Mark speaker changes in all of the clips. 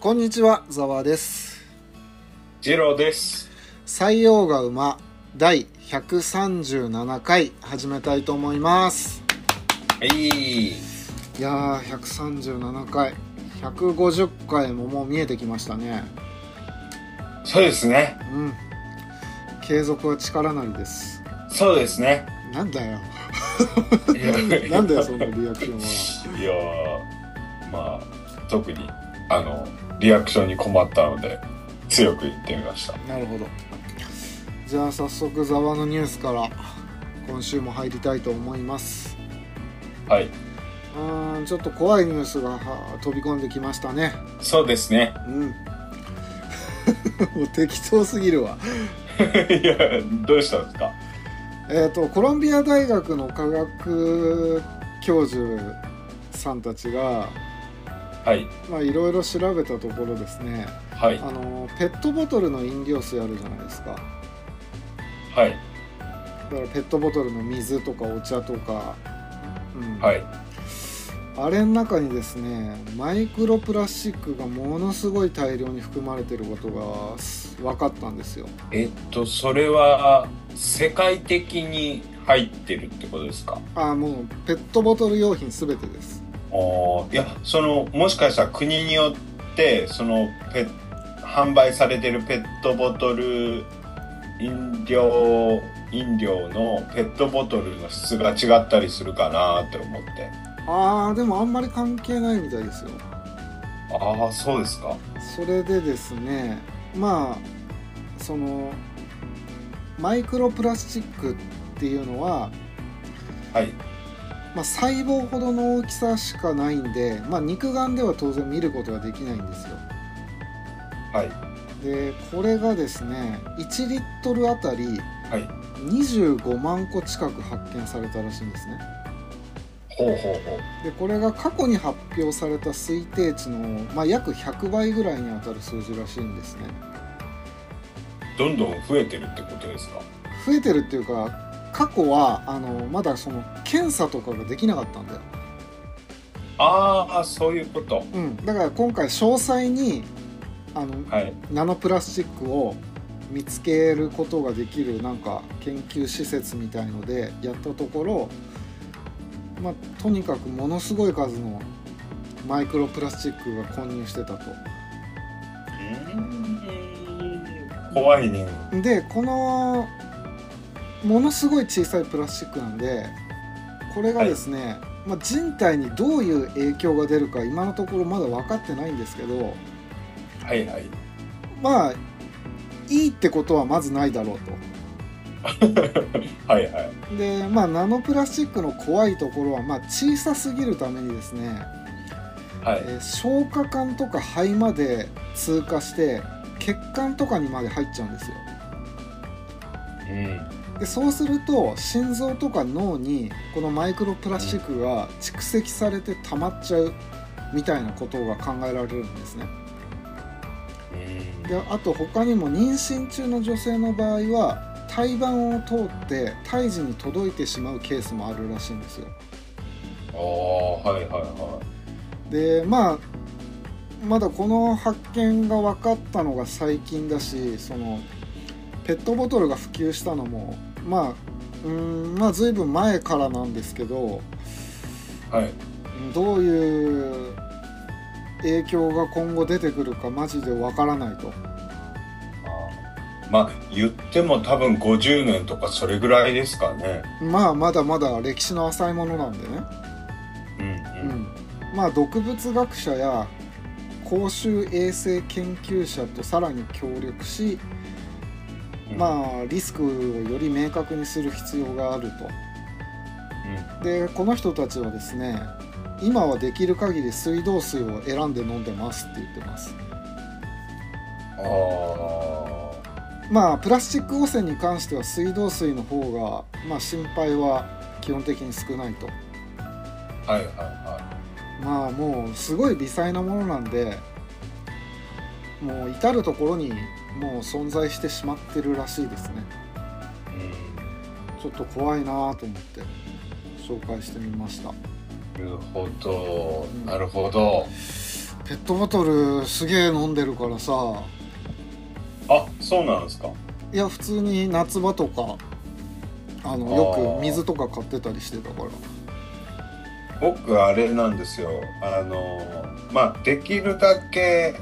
Speaker 1: こんにちは、ざわです。
Speaker 2: ジローです。
Speaker 1: 採用が馬第137回始めたいと思います。
Speaker 2: はい。
Speaker 1: いやー、137回、150回ももう見えてきましたね。
Speaker 2: そうですね。
Speaker 1: うん。継続は力なりです。
Speaker 2: そうですね。
Speaker 1: なんだよ。
Speaker 2: い や
Speaker 1: なんだよ、そのリアクションは。
Speaker 2: いやーまあ、特に、あの、リアクションに困ったので、強く言ってみました。
Speaker 1: なるほど。じゃあ早速ざわのニュースから今週も入りたいと思います。
Speaker 2: はい。
Speaker 1: うーんちょっと怖いニュースがは飛び込んできましたね
Speaker 2: そうですね。
Speaker 1: うん もう適当すぎるわ
Speaker 2: いや、どうしたんですか
Speaker 1: えっ、とコロンビア大学の科学教授さんたちが
Speaker 2: はい。
Speaker 1: まあいろいろ調べたところですね
Speaker 2: はい。
Speaker 1: あのペットボトルの飲料水あるじゃないですか
Speaker 2: はい。
Speaker 1: だからペットボトルの水とかお茶とか、うん
Speaker 2: はい。
Speaker 1: あれの中にですねマイクロプラスチックがものすごい大量に含まれてることがす分かったんですよ
Speaker 2: えっと、それは、世界的に入ってるってことですか
Speaker 1: あもうペットボトル用品すべてです
Speaker 2: ああ、いや、その、もしかしたら国によって、その、ペ販売されてるペットボトル、飲料、飲料のペットボトルの質が違ったりするかなって思って。
Speaker 1: あーでもあんまり関係ないみたいですよ
Speaker 2: ああ、そうですか。
Speaker 1: それでですねまあそのマイクロプラスチックっていうのは、
Speaker 2: はい。
Speaker 1: まあ、細胞ほどの大きさしかないんで、まあ、肉眼では当然見ることができないんですよ
Speaker 2: はい。
Speaker 1: でこれがですね1リットルあたり
Speaker 2: はい。
Speaker 1: 25万個近く発見されたらしいんですね
Speaker 2: ほうほうほう。
Speaker 1: でこれが過去に発表された推定値の、まあ、約100倍ぐらいにあたる数字らしいんですね
Speaker 2: どんどん増えてるってことですか。
Speaker 1: 増えてるっていうか過去はあのまだその検査とかができなかったんだよ、
Speaker 2: ああ、そういうこと。
Speaker 1: うん、だから今回詳細にあの
Speaker 2: はい。
Speaker 1: ナノプラスチックを見つけることができるなんか研究施設みたいのでやったところ、まあ、とにかくものすごい数のマイクロプラスチックが混入してたと。
Speaker 2: 怖いね。
Speaker 1: でこのものすごい小さいプラスチックなんでこれがですね、まあ、人体にどういう影響が出るか今のところまだ分かってないんですけど
Speaker 2: はいはい。
Speaker 1: まあいいってことはまずないだろう
Speaker 2: はいはい。
Speaker 1: とでまあナノプラスチックの怖いところは、まあ、小さすぎるためにですね、
Speaker 2: はい。
Speaker 1: えー消化管とか肺まで通過して血管とかにまで入っちゃうんですよ
Speaker 2: うん。
Speaker 1: でそうすると心臓とか脳にこのマイクロプラスチックが蓄積されて溜まっちゃうみたいなことが考えられるんですね
Speaker 2: うん
Speaker 1: であと他にも妊娠中の女性の場合は胎盤を通って胎児に届いてしまうケースもあるらしいんですよ
Speaker 2: ああはいはいは
Speaker 1: でまあまだこの発見が分かったのが最近だしそのペットボトルが普及したのもまあうーんまあ随分前からなんですけど
Speaker 2: いはい
Speaker 1: どういう影響が今後出てくるかマジでわからないと
Speaker 2: あーまあ言っても多分50年とかそれぐらいですかね
Speaker 1: まあまだまだ歴史の浅いものなんでね、
Speaker 2: うん
Speaker 1: う
Speaker 2: うん
Speaker 1: ん、まあ毒物学者や公衆衛生研究者とさらに協力し、
Speaker 2: うん
Speaker 1: まあリスクをより明確にする必要があるとでこの人たちはですね今はできる限り水道水を選んで飲んでますって言ってます
Speaker 2: ああ
Speaker 1: まあプラスチック汚染に関しては水道水の方が、まあ、心配は基本的に少ないと
Speaker 2: はいはいは
Speaker 1: まあもうすごい微細なものなんでもう至る所にもう存在してしまってるらしいですね
Speaker 2: い、う
Speaker 1: ちょっと怖いなと思って紹介してみました
Speaker 2: ん、なるほど
Speaker 1: うん
Speaker 2: なるほど
Speaker 1: ペットボトルすげえ飲んでるからさ
Speaker 2: あそうなんですか
Speaker 1: いや普通に夏場とかあの
Speaker 2: あ
Speaker 1: よ
Speaker 2: ー
Speaker 1: く水とか買ってたりしてたから
Speaker 2: 僕あれなんですよあのまあできるだけ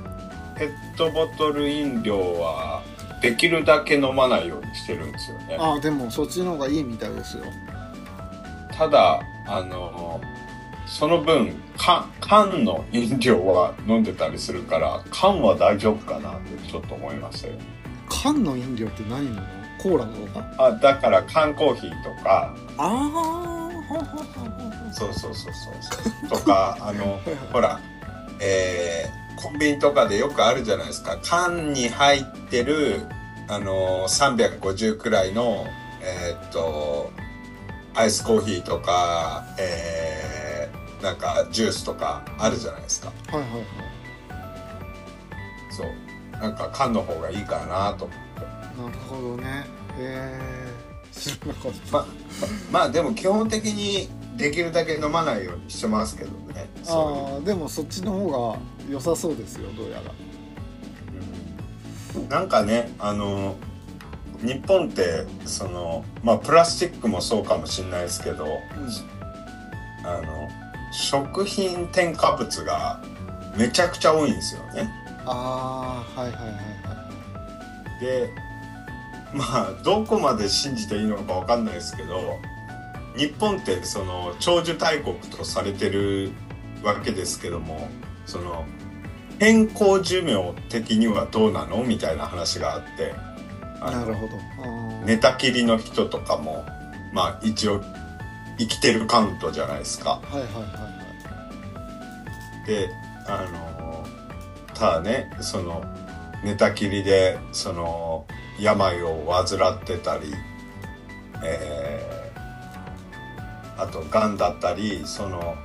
Speaker 2: ペットボトル飲料はできるだけ飲まないようにしてるんですよね
Speaker 1: ああでもそっちの方がいいみたいですよ
Speaker 2: ただあのその分缶缶の飲料は飲んでたりするから缶は大丈夫かなってちょっと思いましたよ
Speaker 1: 缶の飲料って何なのコーラとか
Speaker 2: あだから缶コーヒーとか
Speaker 1: ああ
Speaker 2: そうそうそうそうそうとかあ のほらえーコンビニとかでよくあるじゃないですか缶に入ってるあの350くらいのえーっとアイスコーヒーとかえーなんかジュースとかあるじゃないですか
Speaker 1: はいはいはい
Speaker 2: そうなんか缶の方がいいかなと
Speaker 1: なるほどねへえ知らなかった
Speaker 2: まあまあでも基本的にできるだけ飲まないようにしてますけどねそういう
Speaker 1: ああでもそっちの方が良さそうですよどうやら
Speaker 2: なんかねあの日本ってそのまあプラスチックもそうかもしれないですけど、あの食品添加物がめちゃくちゃ多いんですよね。
Speaker 1: ああはいはいはいは
Speaker 2: でまあどこまで信じていいのかわかんないですけど日本ってその長寿大国とされてるわけですけどもその健康寿命的にはどうなのみたいな話があってあ
Speaker 1: いな
Speaker 2: の
Speaker 1: るほどあー
Speaker 2: 寝たきりの人とかもまあ一応生きてるカウントじゃないですか。
Speaker 1: はいはいはいはい
Speaker 2: であのただねその寝たきりでその病を患ってたり、えーあとがんだったりその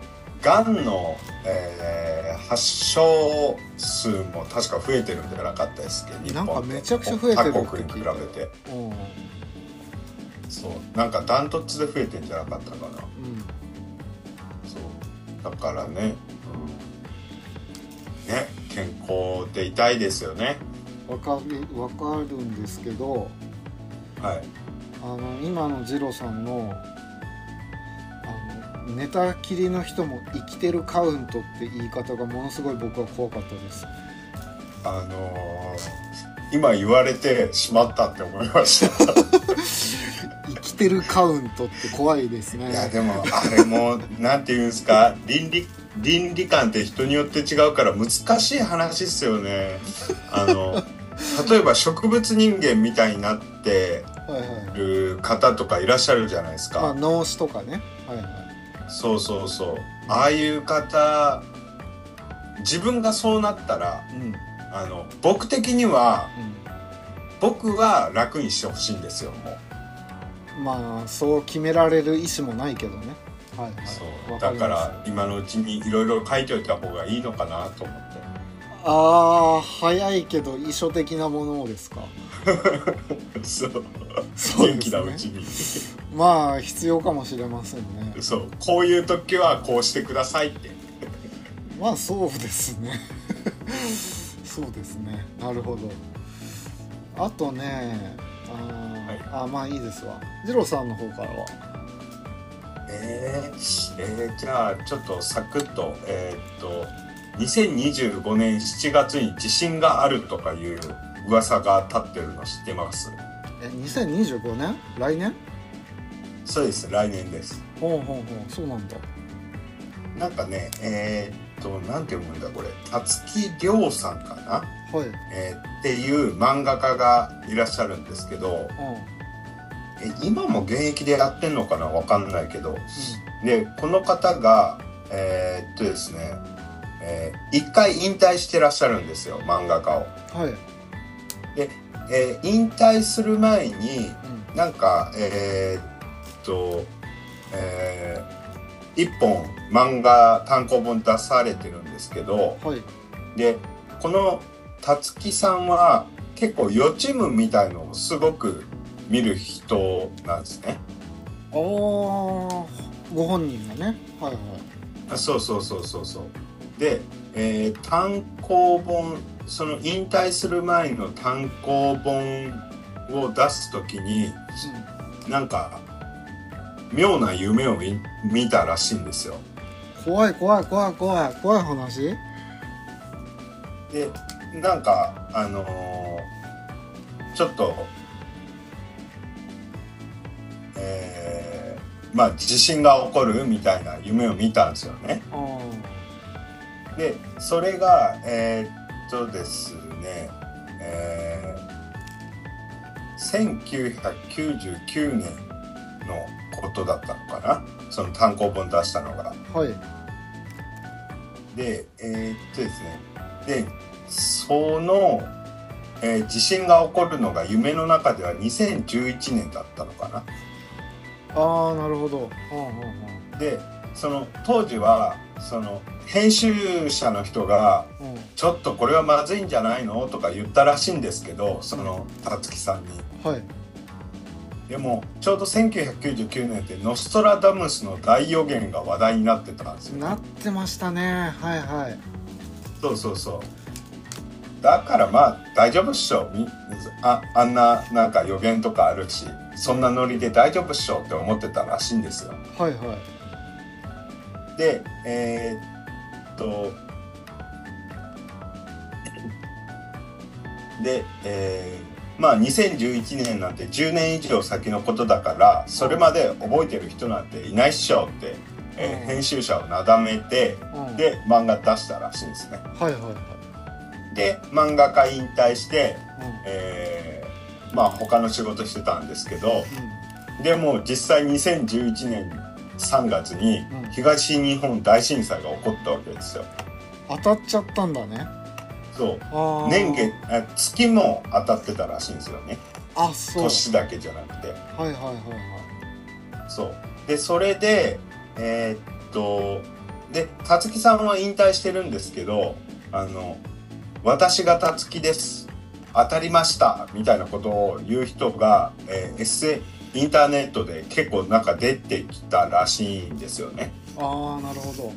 Speaker 2: がんの、えー発症数も確か増えてるんじゃなかったですっけど日本
Speaker 1: なん
Speaker 2: って
Speaker 1: かめちゃくちゃ増えてるって聞い
Speaker 2: 他
Speaker 1: て
Speaker 2: 国に比べて
Speaker 1: うんうん
Speaker 2: そうなんかダントツで増えてんじゃなかったかなそうだからね、うんね健康って痛いですよね
Speaker 1: わかるわかるんですけど
Speaker 2: はい
Speaker 1: あの今のジロさんのあの寝たきりの人も生きてるカウントって言い方がものすごい僕は怖かったです
Speaker 2: あのー今言われてしまったって思いました
Speaker 1: 生きてるカウントって怖いですね
Speaker 2: いやでもあれもなんていうんですか倫理倫理観って人によって違うから難しい話ですよねあの例えば植物人間みたいになって
Speaker 1: はいはい
Speaker 2: る方とかいらっしゃるじゃないですか、
Speaker 1: まあ脳死とかねはいはい
Speaker 2: そうそうそうああいう方自分がそうなったら
Speaker 1: うん
Speaker 2: あの僕的には
Speaker 1: う、
Speaker 2: 僕は楽にしてほしいんですよもうん
Speaker 1: まあそう決められる意思もないけどねはいはい
Speaker 2: そう
Speaker 1: わか
Speaker 2: だ
Speaker 1: ります
Speaker 2: から今のうちにいろいろ書いておいた方がいいのかなと思って
Speaker 1: ああ早いけど遺書的なものをですか
Speaker 2: そう
Speaker 1: そう
Speaker 2: 元
Speaker 1: で
Speaker 2: 気
Speaker 1: す
Speaker 2: なうち
Speaker 1: ね
Speaker 2: に
Speaker 1: まあ必要かもしれませんね
Speaker 2: そうこういう時はこうしてくださいって
Speaker 1: まあそうですね そうですねなるほどあとねあー、
Speaker 2: はい
Speaker 1: あまあいいですわ次郎さんの方からは
Speaker 2: えー、えーじゃあちょっとサクッとえーっと2025年7月に地震があるとかいう噂が立ってるの知ってます
Speaker 1: え2025年来年
Speaker 2: そうです来年です
Speaker 1: ほうほうほうそうなんだ
Speaker 2: なんかねえーっとなんて読むんだこれ辰木亮さんかな、
Speaker 1: はいうん
Speaker 2: えーっていう漫画家がいらっしゃるんですけどえ今も現役でやってんのかなわかんないけどでこの方がえーっとですね、えー一回引退してらっしゃるんですよ漫画家を、
Speaker 1: うんはい、
Speaker 2: えー引退する前に
Speaker 1: うん、
Speaker 2: なんかえーっとえー一本漫画単行本出されてるんですけど
Speaker 1: はい
Speaker 2: でこの辰木さんは結構予知夢みたいのをすごく見る人なんですね。
Speaker 1: ああご本人がねはいはい
Speaker 2: あそうそうそうそうそうでえー単行本その引退する前の単行本を出す時になんか妙な夢を見見たらしいんですよ。
Speaker 1: 怖い怖い怖い怖い怖い話
Speaker 2: でなんかあのーちょっとえーまあ地震が起こるみたいな夢を見たんですよね。
Speaker 1: ああ
Speaker 2: でそれがえーっとですねえー1999年のことだったのかなその単行本出したのが。
Speaker 1: はい
Speaker 2: でえーっとですねでその、えー地震が起こるのが夢の中では2011年だったのかな。
Speaker 1: ああなるほどああ
Speaker 2: でその当時はその編集者の人
Speaker 1: あ
Speaker 2: が
Speaker 1: あうん
Speaker 2: ちょっとこれはまずいんじゃないのとか言ったらしいんですけどそのたつきさんに
Speaker 1: はい
Speaker 2: でもちょうど1999年って「ノストラダムスの大予言」が話題になってたんですよ
Speaker 1: なってましたねはいはい
Speaker 2: そうそうそうだからまあ大丈夫っしょみああんななんか予言とかあるしそんなノリで大丈夫っしょって思ってたらしいんですよ
Speaker 1: はいはい
Speaker 2: でえーっとで、えーまあ2011年なんて10年以上先のことだからそれまで覚えてる人なんていないっしょって、えー
Speaker 1: うん
Speaker 2: 編集者をなだめて
Speaker 1: うん
Speaker 2: で漫画出したらしいんですね。
Speaker 1: はいはいはい
Speaker 2: で漫画家引退して、
Speaker 1: うん
Speaker 2: えーまあ他の仕事してたんですけどでも実際2011年3月に
Speaker 1: うん
Speaker 2: 東日本大震災が起こったわけですよ。
Speaker 1: 当たっちゃったんだね
Speaker 2: そう
Speaker 1: ああ
Speaker 2: 年月あ月も当たってたらしいんですよね
Speaker 1: あそう
Speaker 2: 年だけじゃなくて
Speaker 1: はいはいはいはい
Speaker 2: そうでそれでえーっとでたつきさんは引退してるんですけどあの「私がたつきです当たりました」みたいなことを言う人が、えー、エッセインターネットで結構なんか出てきたらしいんですよね
Speaker 1: ああなるほど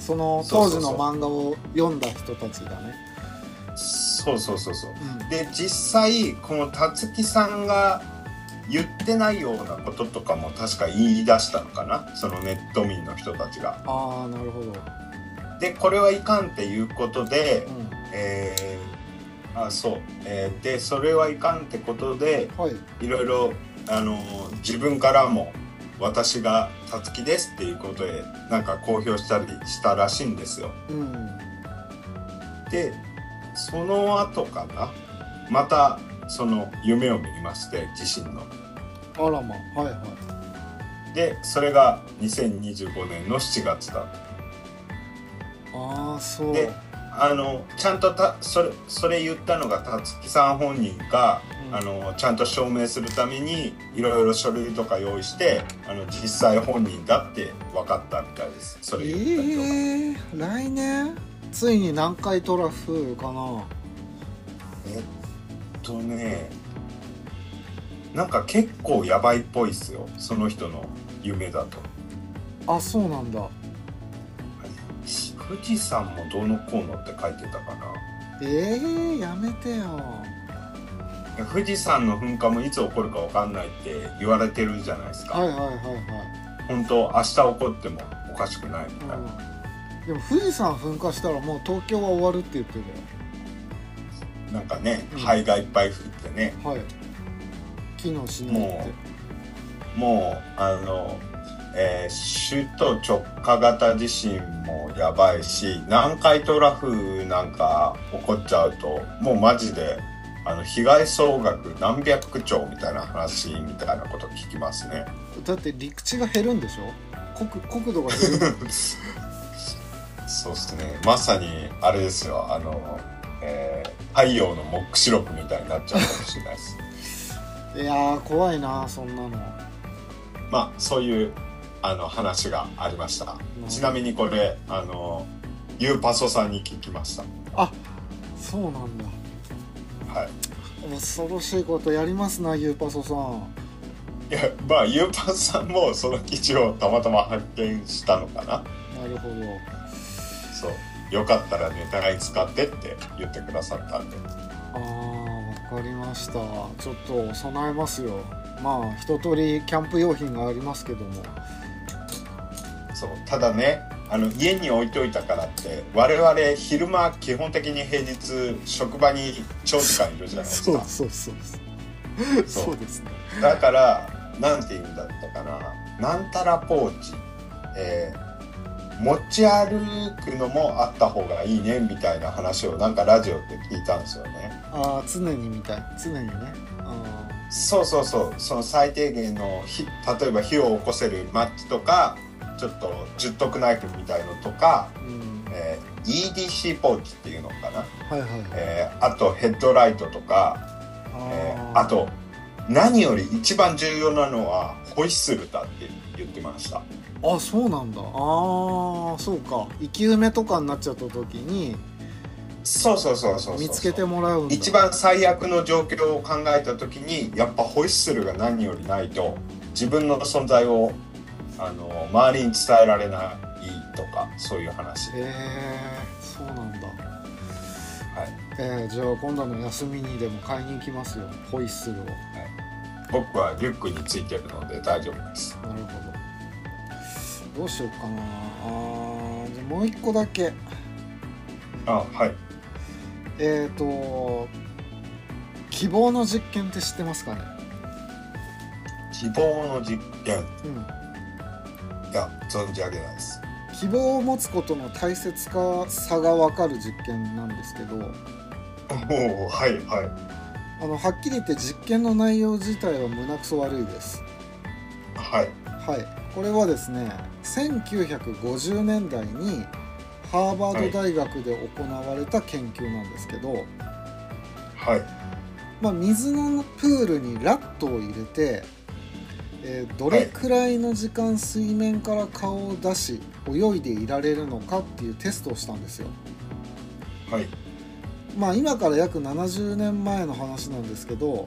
Speaker 1: その
Speaker 2: そ
Speaker 1: 当
Speaker 2: うそ
Speaker 1: 時
Speaker 2: うそ
Speaker 1: の
Speaker 2: う
Speaker 1: 漫画を読んだ人たちがね
Speaker 2: そうそうそうそう
Speaker 1: うん
Speaker 2: で実際このたつきさんが言ってないようなこととかも確か言い出したのかなそのネット民の人たちが。
Speaker 1: ああなるほど、
Speaker 2: でこれはいかんっていうことで
Speaker 1: う、ん、
Speaker 2: えーあそう、えーでそれはいかんってことで
Speaker 1: はい
Speaker 2: いろいろあの自分からも「私がたつきです」っていうことでなんか公表したりしたらしいんですよ。
Speaker 1: うん
Speaker 2: でその後かなまたその夢を見まして自身の。
Speaker 1: あらまはいは
Speaker 2: でそれが2025年の7月だっ
Speaker 1: い
Speaker 2: た
Speaker 1: ああそう
Speaker 2: であのちゃんとたそれそれ言ったのがたつきさん本人が、
Speaker 1: うん
Speaker 2: あのちゃんと証明するためにいろいろ書類とか用意してあの実際本人だって分かったみたいです
Speaker 1: え
Speaker 2: それ
Speaker 1: え
Speaker 2: 言った人が、
Speaker 1: ー、来年ついに南海トラフかな
Speaker 2: えっとねなんか結構やばいっぽいっすよその人の夢だと
Speaker 1: あそうなんだ
Speaker 2: 富士山もどうのこうのって書いてたかな
Speaker 1: ええー、やめてよ
Speaker 2: 富士山の噴火もいつ起こるかわかんないって言われてるじゃないですか、
Speaker 1: はいはいはい
Speaker 2: 本当明日起こってもおかしくないみたいな、
Speaker 1: はい、うん、でも富士山噴火したらもう東京は終わるって言ってたよ
Speaker 2: なんかね
Speaker 1: うん
Speaker 2: 灰がいっぱい降ってね
Speaker 1: はい木の死ぬって
Speaker 2: ももうあの、えー首都直下型地震もやばいし南海トラフなんか起こっちゃうともうマジであの被害総額何百兆みたいな話みたいなこと聞きますね。
Speaker 1: だって陸地が減るんでしょ国国土が減る
Speaker 2: そうですね。まさにあれですよ。あの、えー太陽のモックシロップみたいになっちゃうかもしれないです。
Speaker 1: いやー怖いなそんなの
Speaker 2: まあそういうあの話がありました。
Speaker 1: うん
Speaker 2: ちなみにこれあのユーパソさんに聞きました。
Speaker 1: そうなんだ
Speaker 2: はい。
Speaker 1: 恐ろしいことやりますなゆうぱそさん
Speaker 2: いやまあユーパソさんもその記事をたまたま発見したのかな。
Speaker 1: なるほど
Speaker 2: そう。よかったらネタが使ってって言ってくださったんで
Speaker 1: あーわかりましたちょっと備えますよまあ一通りキャンプ用品がありますけども
Speaker 2: そうただねあの家に置いといたからって我々昼間基本的に平日職場に長時間いるじゃないですか
Speaker 1: そうそう
Speaker 2: そう
Speaker 1: そうですね
Speaker 2: だからなんて言うんだったかななんたらポーチ、えー持ち歩くのもあった方がいいねみたいな話をなんかラジオで聞いたんですよね
Speaker 1: ああ常にみたい常にねあ
Speaker 2: そうそうそうその最低限の火例えば火を起こせるマッチとかちょっと十徳ナイフみたいのとか、
Speaker 1: ーうん
Speaker 2: えー EDC ポーチっていうのかな
Speaker 1: はいはいはい
Speaker 2: えーあとヘッドライトとか、
Speaker 1: あ
Speaker 2: え
Speaker 1: ー
Speaker 2: ーあと何より一番重要なのはホイッスルだって言ってました
Speaker 1: あそうなんだあーそうか生き埋めとかになっちゃった時に
Speaker 2: そうそうそうそうそう
Speaker 1: 見つけてもらうんだ
Speaker 2: 一番最悪の状況を考えた時にやっぱホイッスルが何よりないと自分の存在をあの周りに伝えられないとかそういう話
Speaker 1: へえー、そうなんだ
Speaker 2: はい
Speaker 1: えー、じゃあ今度の休みにでも買いに行きますよホイッスルを
Speaker 2: 僕はリュックについてるので大丈夫です
Speaker 1: なるほどどうしようかなあーじゃあもう一個だけ
Speaker 2: あはい
Speaker 1: えっ、ー、と希望の実験って知ってますかね
Speaker 2: 希望の実験
Speaker 1: うん
Speaker 2: いや存じ上げないです
Speaker 1: 希望を持つことの大切かさが分かる実験なんですけど
Speaker 2: おおはいはい
Speaker 1: あのはっきり言って実験の内容自体は胸くそ悪いです
Speaker 2: はい
Speaker 1: はいこれはですね1950年代にハーバード大学で行われた研究なんですけど、
Speaker 2: はい
Speaker 1: まあ、水のプールにラットを入れて、えーどれくらいの時間水面から顔を出し泳いでいられるのかっていうテストをしたんですよ。
Speaker 2: はい
Speaker 1: まあ、今から約70年前の話なんですけど、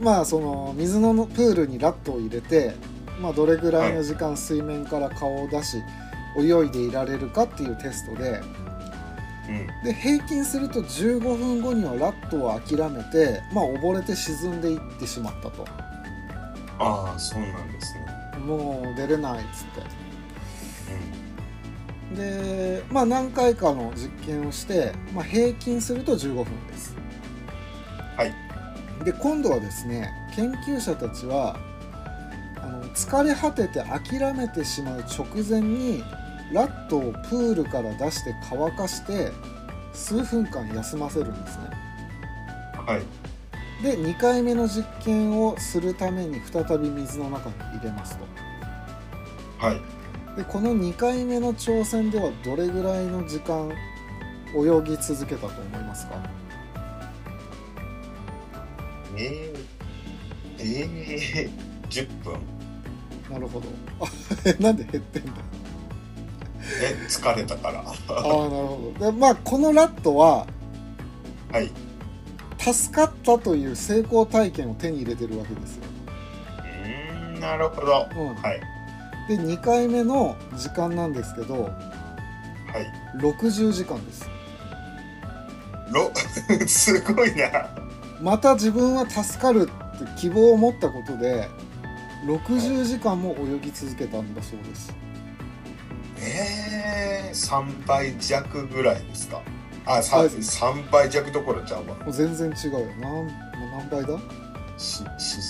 Speaker 1: まあ、その水のプールにラットを入れて、まあ、どれぐらいの時間水面から顔を出し泳いでいられるかっていうテストで
Speaker 2: うん
Speaker 1: で平均すると15分後にはラットを諦めて、まあ、溺れて沈んでいってしまったと
Speaker 2: ああそうなんですね
Speaker 1: もう出れないっつってで、まあ、何回かの実験をして、まあ、平均すると15分です
Speaker 2: はい
Speaker 1: で今度はですね研究者たちはあの疲れ果てて諦めてしまう直前にラットをプールから出して乾かして数分間休ませるんですね
Speaker 2: うんはい
Speaker 1: で2回目の実験をするために再び水の中に入れますと
Speaker 2: はい
Speaker 1: でこの2回目の挑戦ではどれぐらいの時間泳ぎ続けたと思いますか
Speaker 2: ええええ10分
Speaker 1: なるほどあえなんで減ってんだ
Speaker 2: え疲れたから
Speaker 1: ああ
Speaker 2: は
Speaker 1: なるほどでまあこのラットはい助かったという成功体験を手に入れてるわけですよ、
Speaker 2: うんなるほどは
Speaker 1: うん
Speaker 2: い
Speaker 1: で2回目の時間なんですけど
Speaker 2: はい
Speaker 1: 60時間です
Speaker 2: ろ すごいな
Speaker 1: また自分は助かるって希望を持ったことで60時間も泳ぎ続けたんだそうです
Speaker 2: ええ3倍弱ぐらいですかあさ
Speaker 1: はい
Speaker 2: 3倍弱どころちゃうわ
Speaker 1: もう全然違うよなん何倍だ
Speaker 2: しし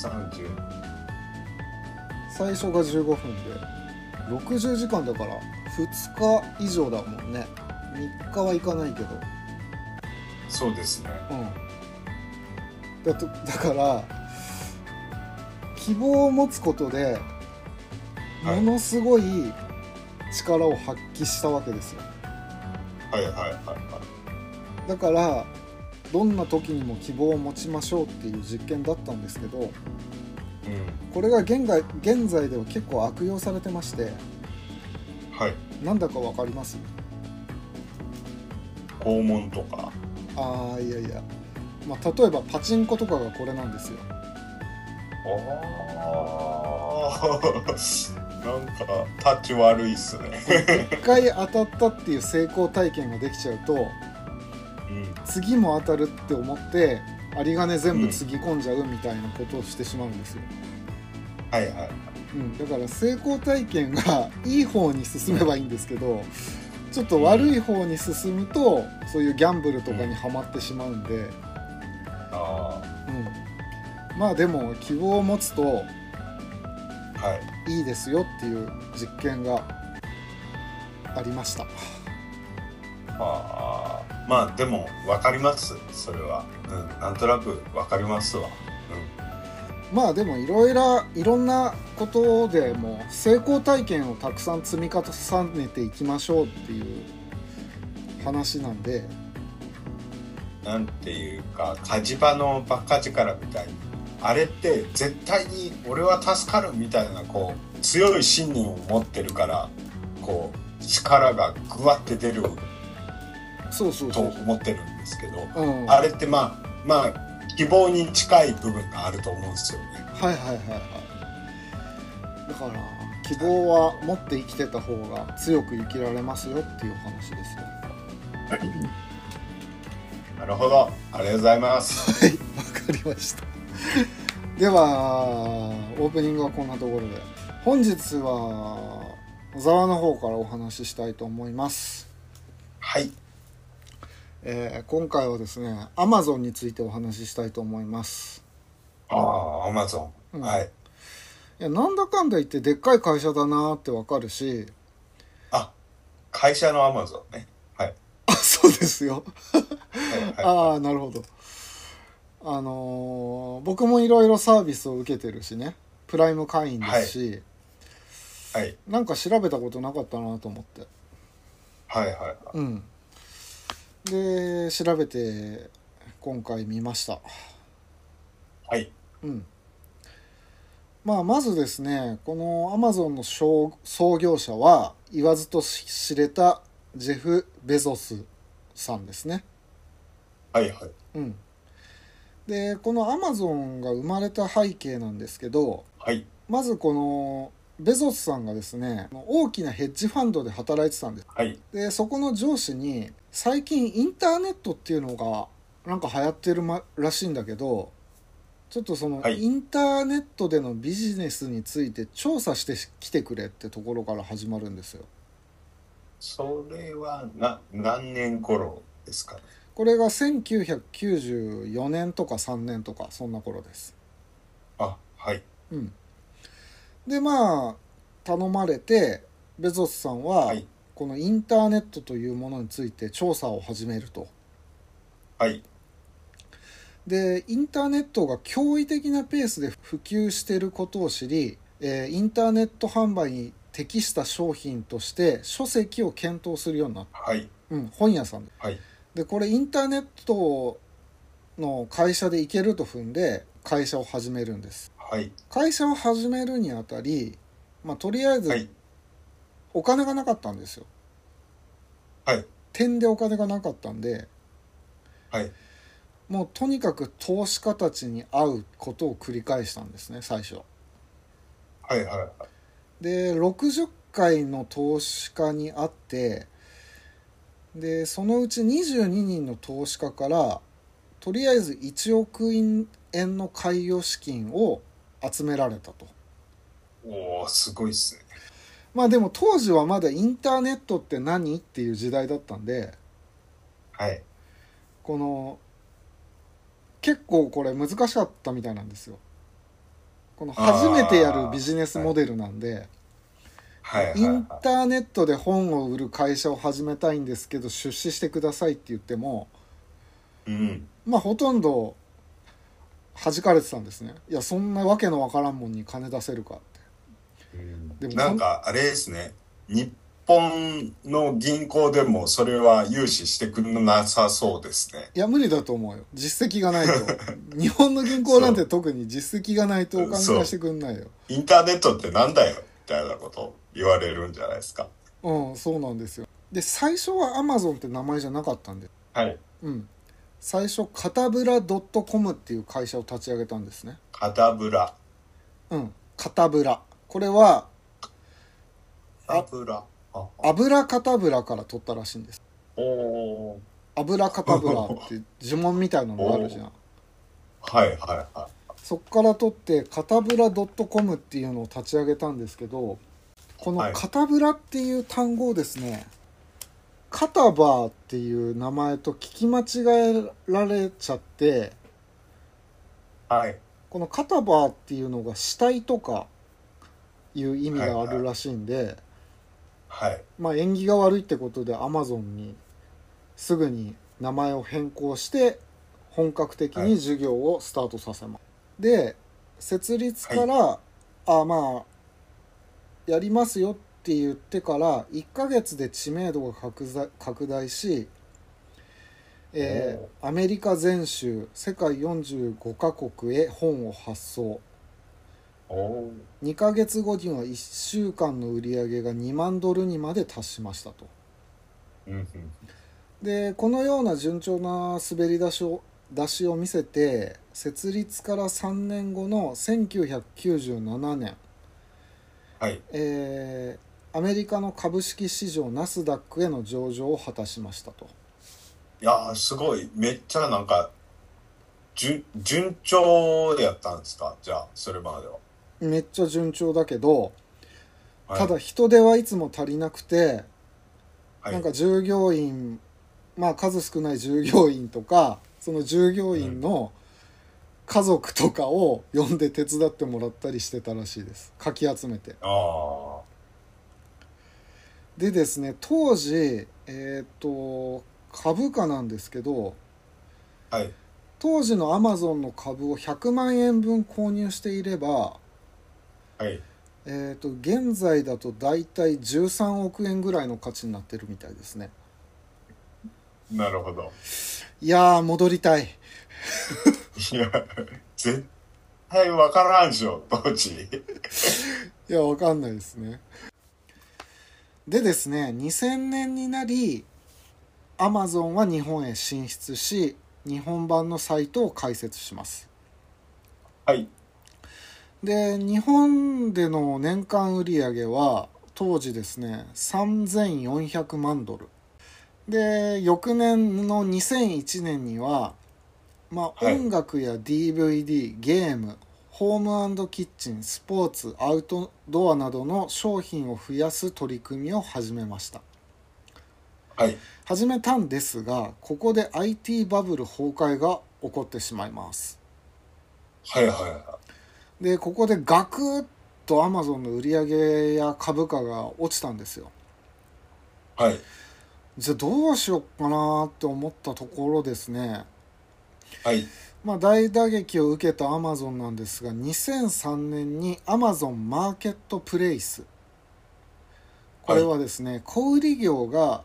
Speaker 2: 30
Speaker 1: 最初が15分で60時間だから2日以上だもんね3日はいかないけど
Speaker 2: そうですね
Speaker 1: うんだとだから希望を持つことで
Speaker 2: はい
Speaker 1: ものすごい力を発揮したわけですよ
Speaker 2: はいはいはいは
Speaker 1: だからどんな時にも希望を持ちましょうっていう実験だったんですけど
Speaker 2: いうん
Speaker 1: これが現在現在では結構悪用されてまして
Speaker 2: はい
Speaker 1: なんだかわかります
Speaker 2: 肛門とか
Speaker 1: あーいやいや、まあ、例えばパチンコとかがこれなんですよ
Speaker 2: ああ なんかタッチ悪いっすね、
Speaker 1: 一回当たったっていう成功体験ができちゃうと
Speaker 2: うん、
Speaker 1: 次も当たるって思って有り金全部つぎ込んじゃうみたいなことをしてしまうんですよ、
Speaker 2: はいはい
Speaker 1: うん、だから成功体験が いい方に進めばいいんですけどちょっと悪い方に進むとそういうギャンブルとかにはまってしまうんで、うん、
Speaker 2: あ
Speaker 1: まあでも希望を持つと
Speaker 2: あはい
Speaker 1: いいですよっていう実験がありました
Speaker 2: ああまあでも分かりますそれは、うん、なんとなく分かりますわ、うん、
Speaker 1: まあでもいろいろいろんなことでも成功体験をたくさん積み重ねていきましょうっていう話なんで
Speaker 2: なんていうか火事場のバカ力みたいにあれって絶対に俺は助かるみたいなこう強い信念を持ってるからこう力がグワって出る
Speaker 1: そうそう
Speaker 2: と
Speaker 1: そうそう
Speaker 2: 思ってるんですけど
Speaker 1: うん
Speaker 2: あれってまあまあ希望に近い部分があると思うんですよね
Speaker 1: はいはいはいはいだから希望は持って生きてた方が強く生きられますよっていう話ですよ は
Speaker 2: なるほどありがとうございます
Speaker 1: いわかりました ではオープニングはこんなところで本日は小沢の方からお話ししたいと思います、
Speaker 2: はい
Speaker 1: えー今回はですね Amazon についてお話ししたいと思います
Speaker 2: ああアマゾ
Speaker 1: う
Speaker 2: ン
Speaker 1: ん
Speaker 2: はい
Speaker 1: いやなんだかんだ言ってでっかい会社だなーってわかるし
Speaker 2: あ会社のアマゾンねはい
Speaker 1: あそうですよ
Speaker 2: はいはい
Speaker 1: ああなるほどあのー僕もいろいろサービスを受けてるしねプライム会員ですし、
Speaker 2: はい
Speaker 1: なんか調べたことなかったなと思って
Speaker 2: はいはい
Speaker 1: うんで調べて今回見ました
Speaker 2: はい
Speaker 1: うんまあまずですねこのアマゾンの創創業者は言わずと知れたジェフ・ベゾスさんですね
Speaker 2: はいはい
Speaker 1: うん、でこのアマゾンが生まれた背景なんですけど
Speaker 2: はい
Speaker 1: まずこのベゾスさんがですね大きなヘッジファンドで働いてたんです
Speaker 2: はい
Speaker 1: でそこの上司に最近インターネットっていうのがなんか流行ってるまらしいんだけどちょっとその
Speaker 2: はい
Speaker 1: インターネットでのビジネスについて調査してきてくれってところから始まるんですよ
Speaker 2: それはな何年頃ですかね
Speaker 1: これが1994年とか3年とかそんな頃です
Speaker 2: あはい
Speaker 1: うん、でまあ頼まれてベゾスさんは、
Speaker 2: はい
Speaker 1: このインターネットというものについて調査を始めると
Speaker 2: はい
Speaker 1: でインターネットが驚異的なペースで普及していることを知り、えーインターネット販売に適した商品として書籍を検討するようになった、
Speaker 2: はい
Speaker 1: うん、本屋さんで
Speaker 2: はい
Speaker 1: でこれインターネットの会社でいけると踏んで会社を始めるんです
Speaker 2: はい
Speaker 1: 会社を始めるにあたり、まあ、とりあえず
Speaker 2: はい
Speaker 1: お金がなかったんですよ
Speaker 2: はい
Speaker 1: 点でお金がなかったんで
Speaker 2: はい
Speaker 1: もうとにかく投資家たちに会うことを繰り返したんですね最初
Speaker 2: はいはい
Speaker 1: で60回の投資家に会ってでそのうち22人の投資家からとりあえず1億円の買い与資金を集められたと
Speaker 2: おおすごいっすね
Speaker 1: まあでも当時はまだインターネットって何っていう時代だったんで
Speaker 2: はい
Speaker 1: この結構これ難しかったみたいなんですよこの初めてやるビジネスモデルなんで、
Speaker 2: はいはい
Speaker 1: イン
Speaker 2: は
Speaker 1: ターネットで本を売る会社を始めたいんですけど出資してくださいって言っても
Speaker 2: いうん
Speaker 1: まあほとんど弾かれてたんですねいやそんなわけのわからんもんに金出せるかって
Speaker 2: うん
Speaker 1: でも
Speaker 2: なんかあれですね日本の銀行でもそれは融資してくれなさそうですね
Speaker 1: いや無理だと思うよ実績が ないと日本の銀行なんて特に実績がないとお金貸してくんないよ
Speaker 2: インターネットってなんだよみたいなこと言われるんじゃないですか
Speaker 1: うんそうなんですよで最初はアマゾンって名前じゃなかったんで
Speaker 2: はい
Speaker 1: うん、最初カタブラ .com っていう会社を立ち上げたんですね
Speaker 2: カタブラ
Speaker 1: うんカタブラこれは
Speaker 2: 油。あ
Speaker 1: アブラカタブラから取ったらしいんです
Speaker 2: おお
Speaker 1: アブラカタブラって呪文みたいなのがあ るじゃん
Speaker 2: ー。はいはいは
Speaker 1: そっから取ってカタブラ .com っていうのを立ち上げたんですけどこの
Speaker 2: はい
Speaker 1: カタブラっていう単語をですね、カタバーっていう名前と聞き間違えられちゃって
Speaker 2: い。はい。
Speaker 1: このカタバーっていうのが死体とかいう意味があるらしいんで、
Speaker 2: はい。
Speaker 1: まあ縁起が悪いってことでアマゾンにすぐに名前を変更して本格的に授業をスタートさせます、で設立から、あまあやりますよって言ってから1ヶ月で知名度が拡大拡大し、えーアメリカ全州世界45カ国へ本を発送
Speaker 2: おおー。
Speaker 1: 2ヶ月後には1週間の売り上げが2万ドルにまで達しましたと
Speaker 2: うんうん。
Speaker 1: でこのような順調な滑り出しを出しを見せて設立から3年後の1997年、
Speaker 2: はい。
Speaker 1: えーアメリカの株式市場ナスダックへの上場を果たしましたと
Speaker 2: いやー、すごい。めっちゃなんか、順、順調やったんですかじゃあ、それまでは。
Speaker 1: めっちゃ順調だけど、
Speaker 2: はい、
Speaker 1: ただ、人手はいつも足りなくて、
Speaker 2: はい、
Speaker 1: なんか従業員まあ数少ない従業員とかその従業員の家族とかを呼んで手伝ってもらったりしてたらしいですかき集めて
Speaker 2: ああ。
Speaker 1: でですね当時えっ、と株価なんですけど
Speaker 2: はい。
Speaker 1: 当時のアマゾンの株を100万円分購入していれば
Speaker 2: はい。
Speaker 1: えっ、と現在だと大体13億円ぐらいの価値になってるみたいですね
Speaker 2: なるほど。
Speaker 1: いやー戻りたい
Speaker 2: いや、絶対わからんでしょ、当時。
Speaker 1: いや、わかんないですね。でですね、2000年になり、アマゾンは日本へ進出し、日本版のサイトを開設します。
Speaker 2: はい。
Speaker 1: で、日本での年間売上は、当時ですね、3400万ドル。で、翌年の2001年には、まあ、
Speaker 2: はい
Speaker 1: 音楽や DVD、ゲーム、ホームキッチン、スポーツ、アウトドアなどの商品を増やす取り組みを始めました。
Speaker 2: はい。
Speaker 1: 始めたんですが、ここで IT バブル崩壊が起こってしまいます。
Speaker 2: はいはいは
Speaker 1: で、ここでガクッと Amazon の売り上げや株価が落ちたんですよ。
Speaker 2: い。はい。
Speaker 1: じゃあどうしようかなって思ったところですね、
Speaker 2: はい。
Speaker 1: まあ、大打撃を受けたアマゾンなんですが2003年にアマゾンマーケットプレイスこれはですね、小売業が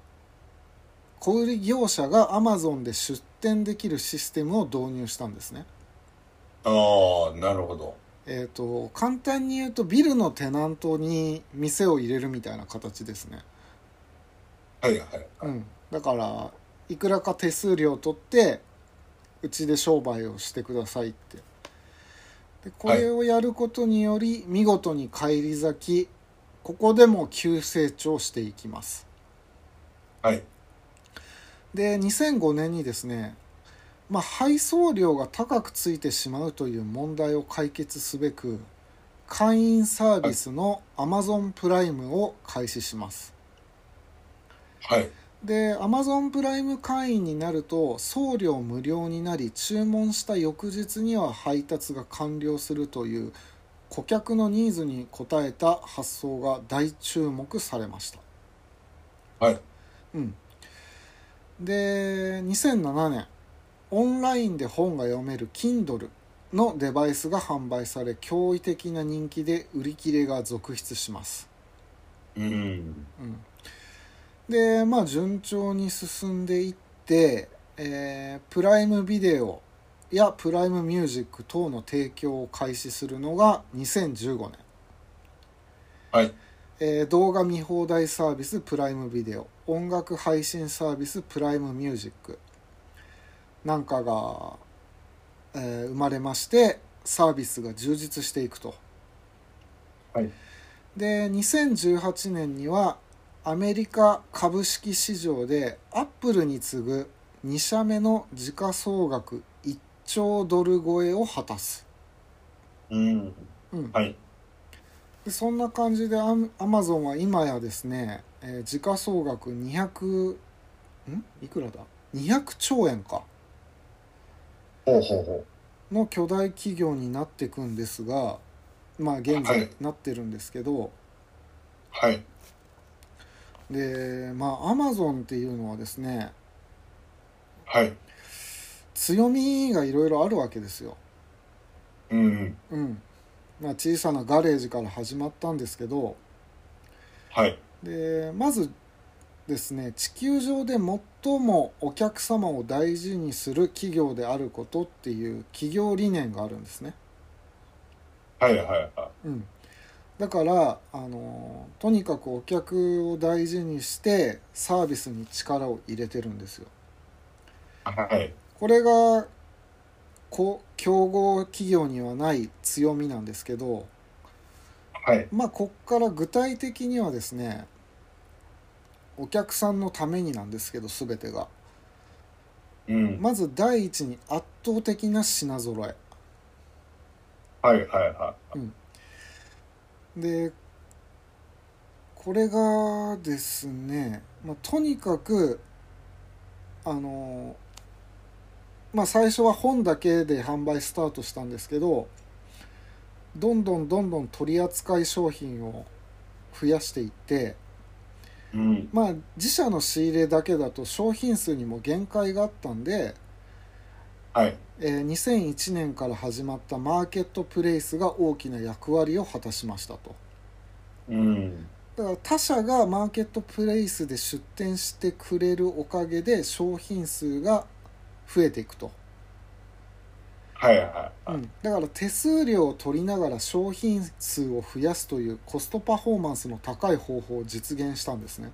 Speaker 1: 小売業者がアマゾンで出店できるシステムを導入したんですね
Speaker 2: ああ、なるほど。
Speaker 1: えっ、と簡単に言うとビルのテナントに店を入れるみたいな形ですね
Speaker 2: はいはい。
Speaker 1: うん、だからいくらか手数料取ってうちで商売をしてくださいってでこれをやることにより見事に返り咲きここでも急成長していきます
Speaker 2: はい。
Speaker 1: で2005年にですね、まあ、配送料が高くついてしまうという問題を解決すべく会員サービスの Amazon プライムを開始します
Speaker 2: はい。
Speaker 1: で Amazon プライム会員になると送料無料になり注文した翌日には配達が完了するという顧客のニーズに応えた発想が大注目されました、
Speaker 2: はい。
Speaker 1: うん、で2007年オンラインで本が読める Kindle のデバイスが販売され驚異的な人気で売り切れが続出します
Speaker 2: うん。
Speaker 1: うんでまあ順調に進んでいって、えープライムビデオやプライムミュージック等の提供を開始するのが2015年、
Speaker 2: はい。
Speaker 1: えー動画見放題サービスプライムビデオ音楽配信サービスプライムミュージックなんかが、えー生まれましてサービスが充実していくと
Speaker 2: はい。
Speaker 1: で2018年にはアメリカ株式市場でアップルに次ぐ2社目の時価総額1兆ドル超えを果たす、
Speaker 2: うん。
Speaker 1: うん、
Speaker 2: はい。
Speaker 1: でそんな感じでアムアマゾンは今やですね、えー時価総額200んいくらだ200兆円か
Speaker 2: ほうほうほ
Speaker 1: の巨大企業になっていくんですがまあ現
Speaker 2: は
Speaker 1: 在
Speaker 2: い
Speaker 1: なってるんですけど、
Speaker 2: う。はい。
Speaker 1: でまあアマゾンっていうのはですね
Speaker 2: はい。
Speaker 1: 強みがいろいろあるわけですよ。
Speaker 2: うん。
Speaker 1: うんまあ、小さなガレージから始まったんですけど
Speaker 2: はい。
Speaker 1: でまずですね地球上で最もお客様を大事にする企業であることっていう企業理念があるんですね。
Speaker 2: はいはいは
Speaker 1: うん、だからあのとにかくお客を大事にしてサービスに力を入れてるんですよ。
Speaker 2: い。はい。
Speaker 1: これがこう競合企業にはない強みなんですけど、
Speaker 2: はい。
Speaker 1: まあ、こっから具体的にはですねお客さんのためになんですけど全てが
Speaker 2: うん。
Speaker 1: まず第一に圧倒的な品揃え
Speaker 2: はいはいは
Speaker 1: でこれがですね、まあ、とにかくあのまあ最初は本だけで販売スタートしたんですけどどんどんどんどん取り扱い商品を増やしていって
Speaker 2: い。うん。
Speaker 1: まあ自社の仕入れだけだと商品数にも限界があったんで、
Speaker 2: はい。
Speaker 1: えー2001年から始まったマーケットプレイスが大きな役割を果たしましたと。
Speaker 2: うん。
Speaker 1: だから他社がマーケットプレイスで出店してくれるおかげで商品数が増えていくと、
Speaker 2: はいはいは
Speaker 1: う
Speaker 2: い。
Speaker 1: ん、だから手数料を取りながら商品数を増やすというコストパフォーマンスの高い方法を実現したんですね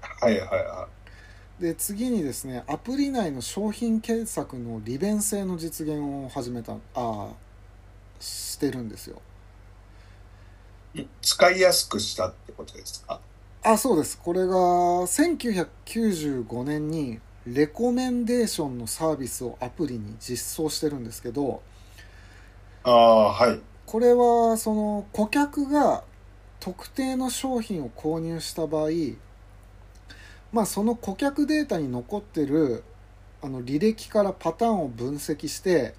Speaker 2: はいはいは
Speaker 1: で次にですねアプリ内の商品検索の利便性の実現を始めたあーしてるんですよ
Speaker 2: い。使いやすくしたってことですか
Speaker 1: あそうですこれが1995年にレコメンデーションのサービスをアプリに実装してるんですけど
Speaker 2: ああ、はい。
Speaker 1: これはその顧客が特定の商品を購入した場合まあその顧客データに残ってるあの履歴からパターンを分析して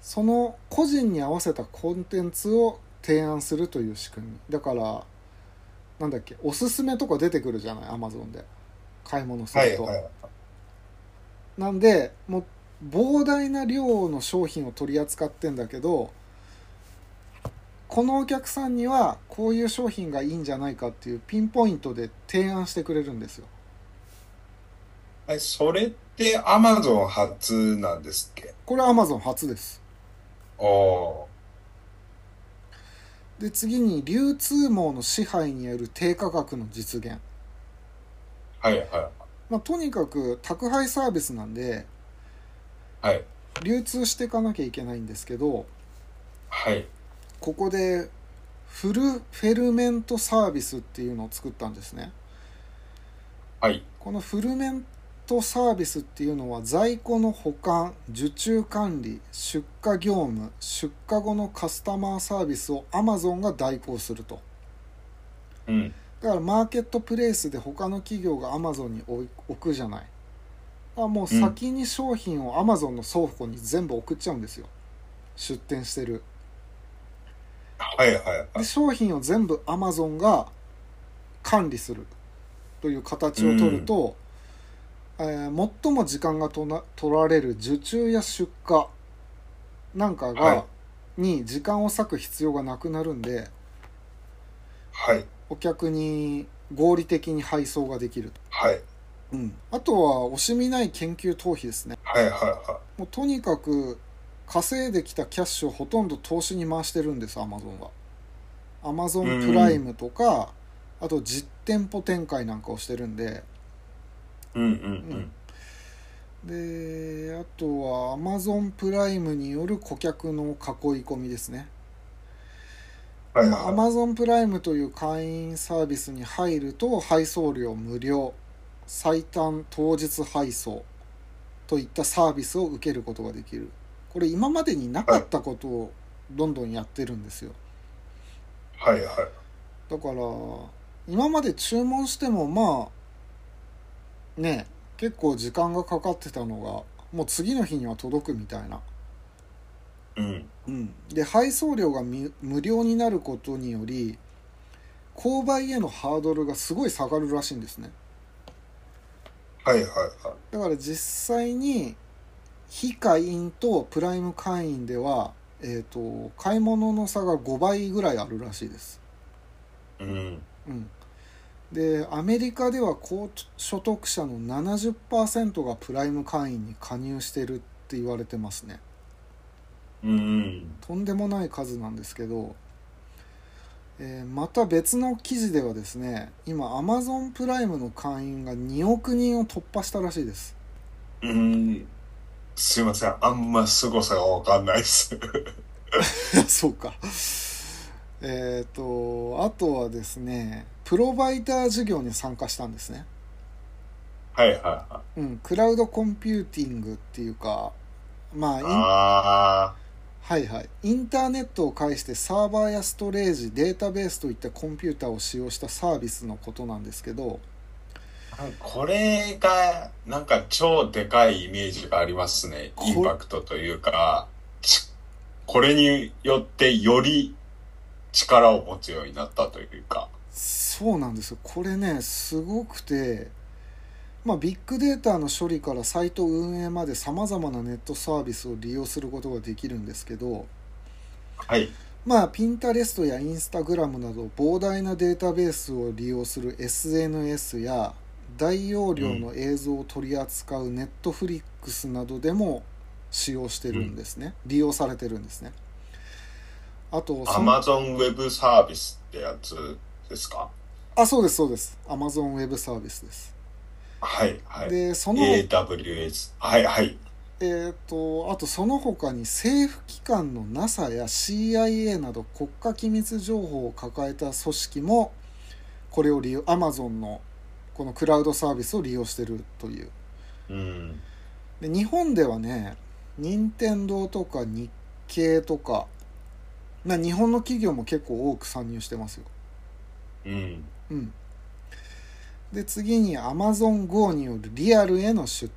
Speaker 1: その個人に合わせたコンテンツを提案するという仕組みだからなんだっけおすすめとか出てくるじゃないアマゾンで買い物す
Speaker 2: はい
Speaker 1: ると、
Speaker 2: はい。
Speaker 1: なんでもう膨大な量の商品を取り扱ってんだけどこのお客さんにはこういう商品がいいんじゃないかっていうピンポイントで提案してくれるんですよ
Speaker 2: はい、それってアマゾン初なんですっけ
Speaker 1: これは Amazon 初です
Speaker 2: お
Speaker 1: で次に流通網の支配による低価格の実現、
Speaker 2: ーはいは
Speaker 1: まあ、とにかく宅配サービスなんで
Speaker 2: いはい
Speaker 1: 流通していかなきゃいけないんですけど
Speaker 2: はい
Speaker 1: ここでフルフェルメントサービスっていうのを作ったんですね
Speaker 2: はい
Speaker 1: このフルメントサービスっていうのは在庫の保管受注管理出荷業務出荷後のカスタマーサービスを Amazon が代行すると
Speaker 2: うん
Speaker 1: だからマーケットプレイスで他の企業が Amazon に置い置くじゃないあもう先に商品を Amazon の倉庫に全部送っちゃうんですよ出店してる
Speaker 2: はいはいは
Speaker 1: で
Speaker 2: い
Speaker 1: 商品を全部 Amazon が管理するという形を取ると、えー最も時間がとな取られる受注や出荷なんかが、
Speaker 2: は
Speaker 1: に時間を割く必要がなくなるんで
Speaker 2: はい
Speaker 1: お客に合理的に配送ができると、
Speaker 2: はい
Speaker 1: うん、あとは惜しみない研究逃避ですね
Speaker 2: はいはいは
Speaker 1: もうとにかく稼いできたキャッシュをほとんど投資に回してるんですアマゾンはアマゾンプライムとか、あと実店舗展開なんかをしてるんで
Speaker 2: いうんうん
Speaker 1: うんであとはアマゾンプライムによる顧客の囲い込みですね
Speaker 2: はい
Speaker 1: まあ
Speaker 2: は
Speaker 1: Amazon プライムという会員サービスに入ると配送料無料最短当日配送といったサービスを受けることができるこれ今までになかったことをどんどんやってるんですよ
Speaker 2: い。はいはい。
Speaker 1: だから今まで注文してもまあね結構時間がかかってたのがもう次の日には届くみたいな
Speaker 2: うん。
Speaker 1: うん、で配送料がみ無料になることにより購買へのハードルがすごい下がるらしいんですね
Speaker 2: はいはいは
Speaker 1: だから実際に非会員とプライム会員では、えー、と買い物の差が5倍ぐらいあるらしいです、
Speaker 2: い。うん。
Speaker 1: うん、でアメリカでは高所得者の70%がプライム会員に加入してるって言われてますね
Speaker 2: うん。
Speaker 1: とんでもない数なんですけど、えーまた別の記事ではですね今アマゾンプライムの会員が2億人を突破したらしいです
Speaker 2: うん。すいません。あんま凄さがわかんないです。
Speaker 1: そうかえっ、とあとはですねプロバイダー事業に参加したんですね
Speaker 2: はいはいは
Speaker 1: うんクラウドコンピューティングっていうかまあイン
Speaker 2: い。あ
Speaker 1: はいはいインターネットを介してサーバーやストレージデータベースといったコンピューターを使用したサービスのことなんですけど
Speaker 2: あ。これが、なんか超でかいイメージがありますね。
Speaker 1: こ
Speaker 2: インパクトというか、ちこれによってより力を持つようになったというか。
Speaker 1: そうなんですよこれねすごくて、まあ、ビッグデータの処理からサイト運営までさまざまなネットサービスを利用することができるんですけど
Speaker 2: はい。
Speaker 1: まあピンタレストやインスタグラムなど膨大なデータベースを利用する SNS や大容量の映像を取り扱うネットフリックスなどでも使用してるんですね、利用されてるんですねあとその
Speaker 2: Amazon Web サービスってやつですか
Speaker 1: あそうですそうです Amazon ウェブサービスです
Speaker 2: はいはい。
Speaker 1: でその
Speaker 2: AWS。はいはい。
Speaker 1: えー、とあとその他に政府機関の NASA や CIA など国家機密情報を抱えた組織もこれを利用 Amazon のこのクラウドサービスを利用してるという
Speaker 2: うん。
Speaker 1: で日本ではね任天堂とか日経とかな日本の企業も結構多く参入してますよ
Speaker 2: うん。
Speaker 1: うんで次に AmazonGo によるリアルへの出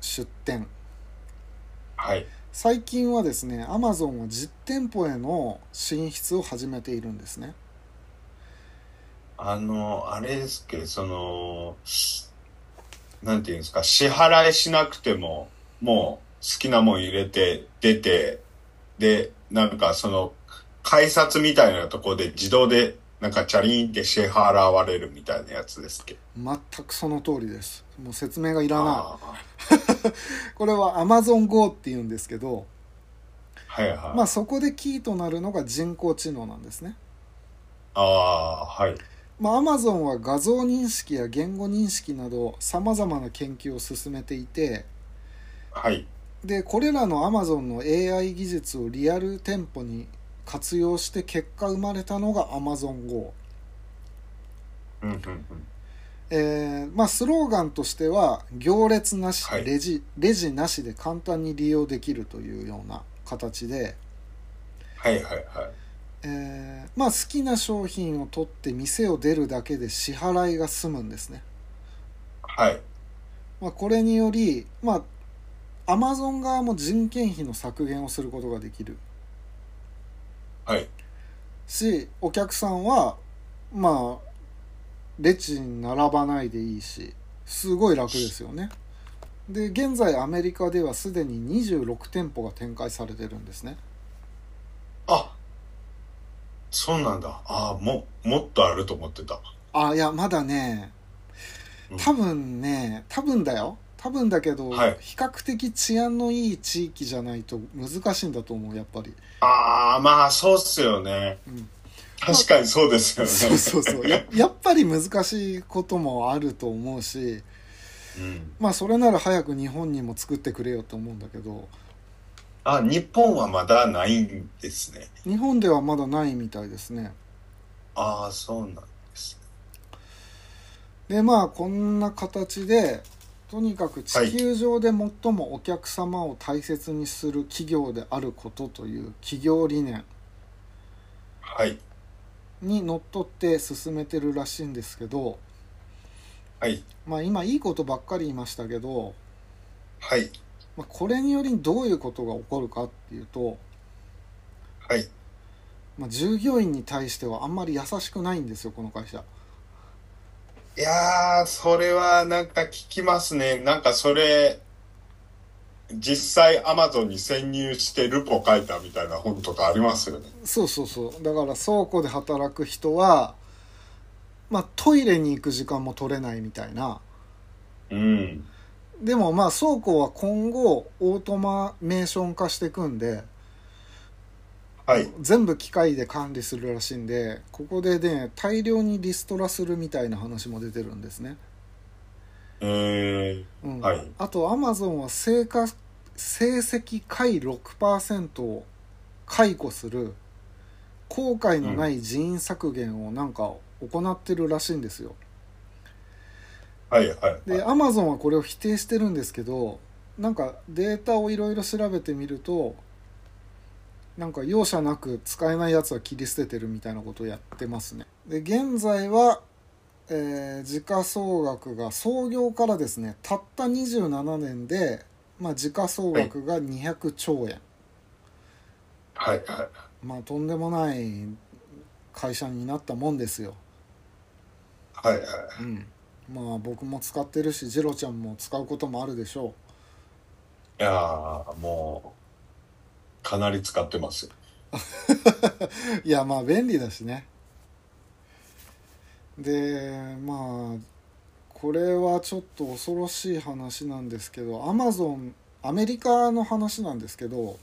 Speaker 1: 出店
Speaker 2: はい。
Speaker 1: 最近はですね Amazon は実店舗への進出を始めているんですね
Speaker 2: あの、あれですけど、その、なんていうんですか、支払いしなくても、もう好きなもん入れて、出て、で、なんかその、改札みたいなとこで自動で、なんかチャリンって支払われるみたいなやつですけど。
Speaker 1: 全くその通りですもう説明がいらな
Speaker 2: ああ
Speaker 1: いこれは AmazonGo っていうんですけど、
Speaker 2: はいはい。
Speaker 1: まあ、そこでキーとなるのが人工知能なんですね
Speaker 2: ああ、はい。
Speaker 1: まあ、Amazon は画像認識や言語認識などさまざまな研究を進めていて
Speaker 2: はい。
Speaker 1: でこれらの Amazon の AI 技術をリアル店舗に活用して結果生まれたのが AmazonGo
Speaker 2: うんうんうん。
Speaker 1: えーまあ、スローガンとしては行列なし、
Speaker 2: はい
Speaker 1: レジレジなしで簡単に利用できるというような形で、
Speaker 2: はいはいはい。
Speaker 1: えーまあ、好きな商品を取って店を出るだけで支払いが済むんですね、
Speaker 2: はい。
Speaker 1: まあ、これにより、まあ、Amazon 側も人件費の削減をすることができる
Speaker 2: はい。
Speaker 1: しお客さんはまあレジに並ばないでいいしすごい楽ですよねで現在アメリカではすでに26店舗が展開されてるんですね
Speaker 2: あ、そうなんだ。ああ、も、もっとあると思ってた。
Speaker 1: あいやまだね
Speaker 2: うん
Speaker 1: 多分ね多分だよ多分だけど、
Speaker 2: はい
Speaker 1: 比較的治安のいい地域じゃないと難しいんだと思うやっぱり、
Speaker 2: ああ、まあ、そうっすよね。
Speaker 1: うん、
Speaker 2: 確かにそうですよね。
Speaker 1: そうそうそうや やっぱり難しいこともあると思うし
Speaker 2: うん。
Speaker 1: まあそれなら早く日本にも作ってくれよと思うんだけど
Speaker 2: あ日本はまだないんですね
Speaker 1: 日本ではまだないみたいですね
Speaker 2: ああそうなんです
Speaker 1: でまあこんな形でとにかく地球上で最もお客様を大切にする企業であることという企業理念
Speaker 2: はい
Speaker 1: にのっとって進めてるらしいんですけど
Speaker 2: はい
Speaker 1: まあ今いいことばっかり言いましたけど、
Speaker 2: はい
Speaker 1: まあ、これによりどういうことが起こるかっていうと、
Speaker 2: はい
Speaker 1: まあ、従業員に対してはあんまり優しくないんですよこの会社
Speaker 2: いやーそれはなんか聞きますねなんかそれ実際アマゾンに潜入してルポ書いたみたいな本とかありますよね
Speaker 1: そうそうそうだから倉庫で働く人は、まあ、トイレに行く時間も取れないみたいな
Speaker 2: うん
Speaker 1: でもまあ倉庫は今後オートマメーション化していくんで
Speaker 2: はい
Speaker 1: 全部機械で管理するらしいんでここでね大量にリストラするみたいな話も出てるんですね、
Speaker 2: え
Speaker 1: うん
Speaker 2: はい
Speaker 1: あとアマゾンは成果成績下位6%を解雇する後悔のない人員削減をなんか行ってるらしいんですよ、
Speaker 2: ー、はいはい
Speaker 1: で
Speaker 2: はい
Speaker 1: アマゾンはこれを否定してるんですけどなんかデータをいろいろ調べてみるとなんか容赦なく使えないやつは切り捨ててるみたいなことをやってますねで現在は、えー時価総額が創業からですねたった27年で、まあ、時価総額が200兆円、
Speaker 2: はいはい
Speaker 1: まあとんでもない会社になったもんですよ
Speaker 2: はいはい
Speaker 1: うんまあ僕も使ってるしジロちゃんも使うこともあるでしょう
Speaker 2: いやーもうかなり使ってますよ
Speaker 1: いやまあ便利だしねでまあこれはちょっと恐ろしい話なんですけどアマゾンアメリカの話なんですけど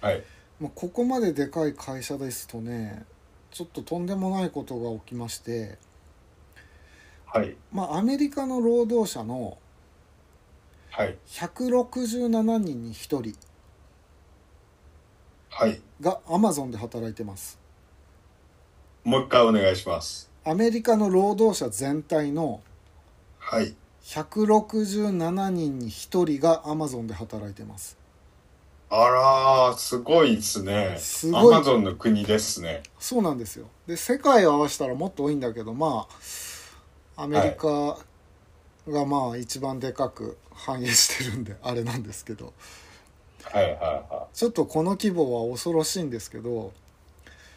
Speaker 2: はい
Speaker 1: もうここまででかい会社ですとねちょっととんでもないことが起きまして、
Speaker 2: はい
Speaker 1: まあ、アメリカの労働者の
Speaker 2: はい
Speaker 1: 167人に1人
Speaker 2: はい
Speaker 1: がアマゾンで働いてます
Speaker 2: もう一回お願いします
Speaker 1: アメリカの労働者全体の
Speaker 2: はい
Speaker 1: 167人に1人がアマゾンで働いてます
Speaker 2: あらーすごいですね
Speaker 1: す
Speaker 2: ア
Speaker 1: ごい
Speaker 2: マゾンの国ですね
Speaker 1: そうなんですよで世界を合わせたらもっと多いんだけどまあアメリカがまあ一番でかく反映してるんであれなんですけど
Speaker 2: はいはいは
Speaker 1: ちょっとこの規模は恐ろしいんですけど